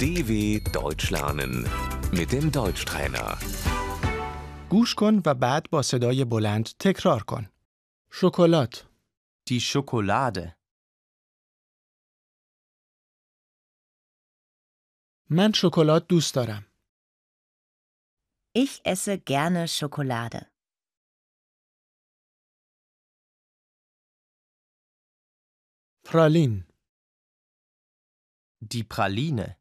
DW Deutsch lernen mit dem Deutschtrainer. گوش کن و بعد با صدای بلند تکرار کن. شکلات، Die Schokolade. من شکلات دوست دارم. Ich esse gerne Schokolade. پرالین، Die Praline.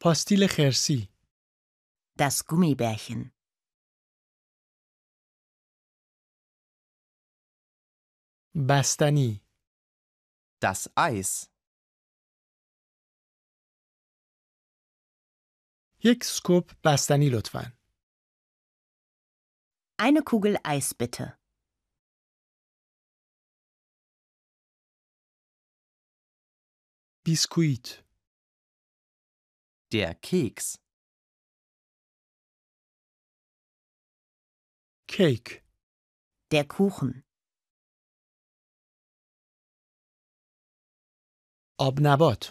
پاستیل خرسی، Das Gummibärchen. بستنی، Das Eis. یک سکوپ بستنی لطفاً. Eine Kugel Eis bitte. بیسکویت، Der Keks. کیک، Der Kuchen. آب نبات،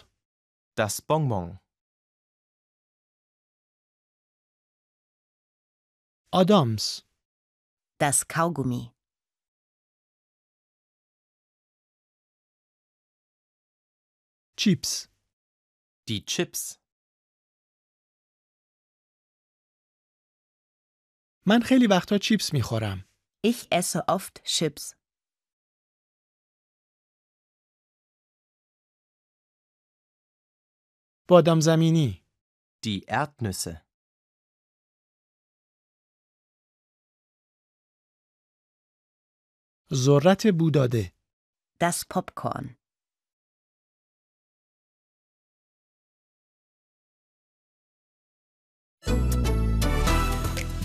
Das Bonbon. آدامس، Das Kaugummi. چیپس، Die Chips. من خیلی وقتا چیپس میخورم. Ich esse oft Chips. بادام زمینی، Die Erdnüsse. ذرت بوداده، Das Popcorn.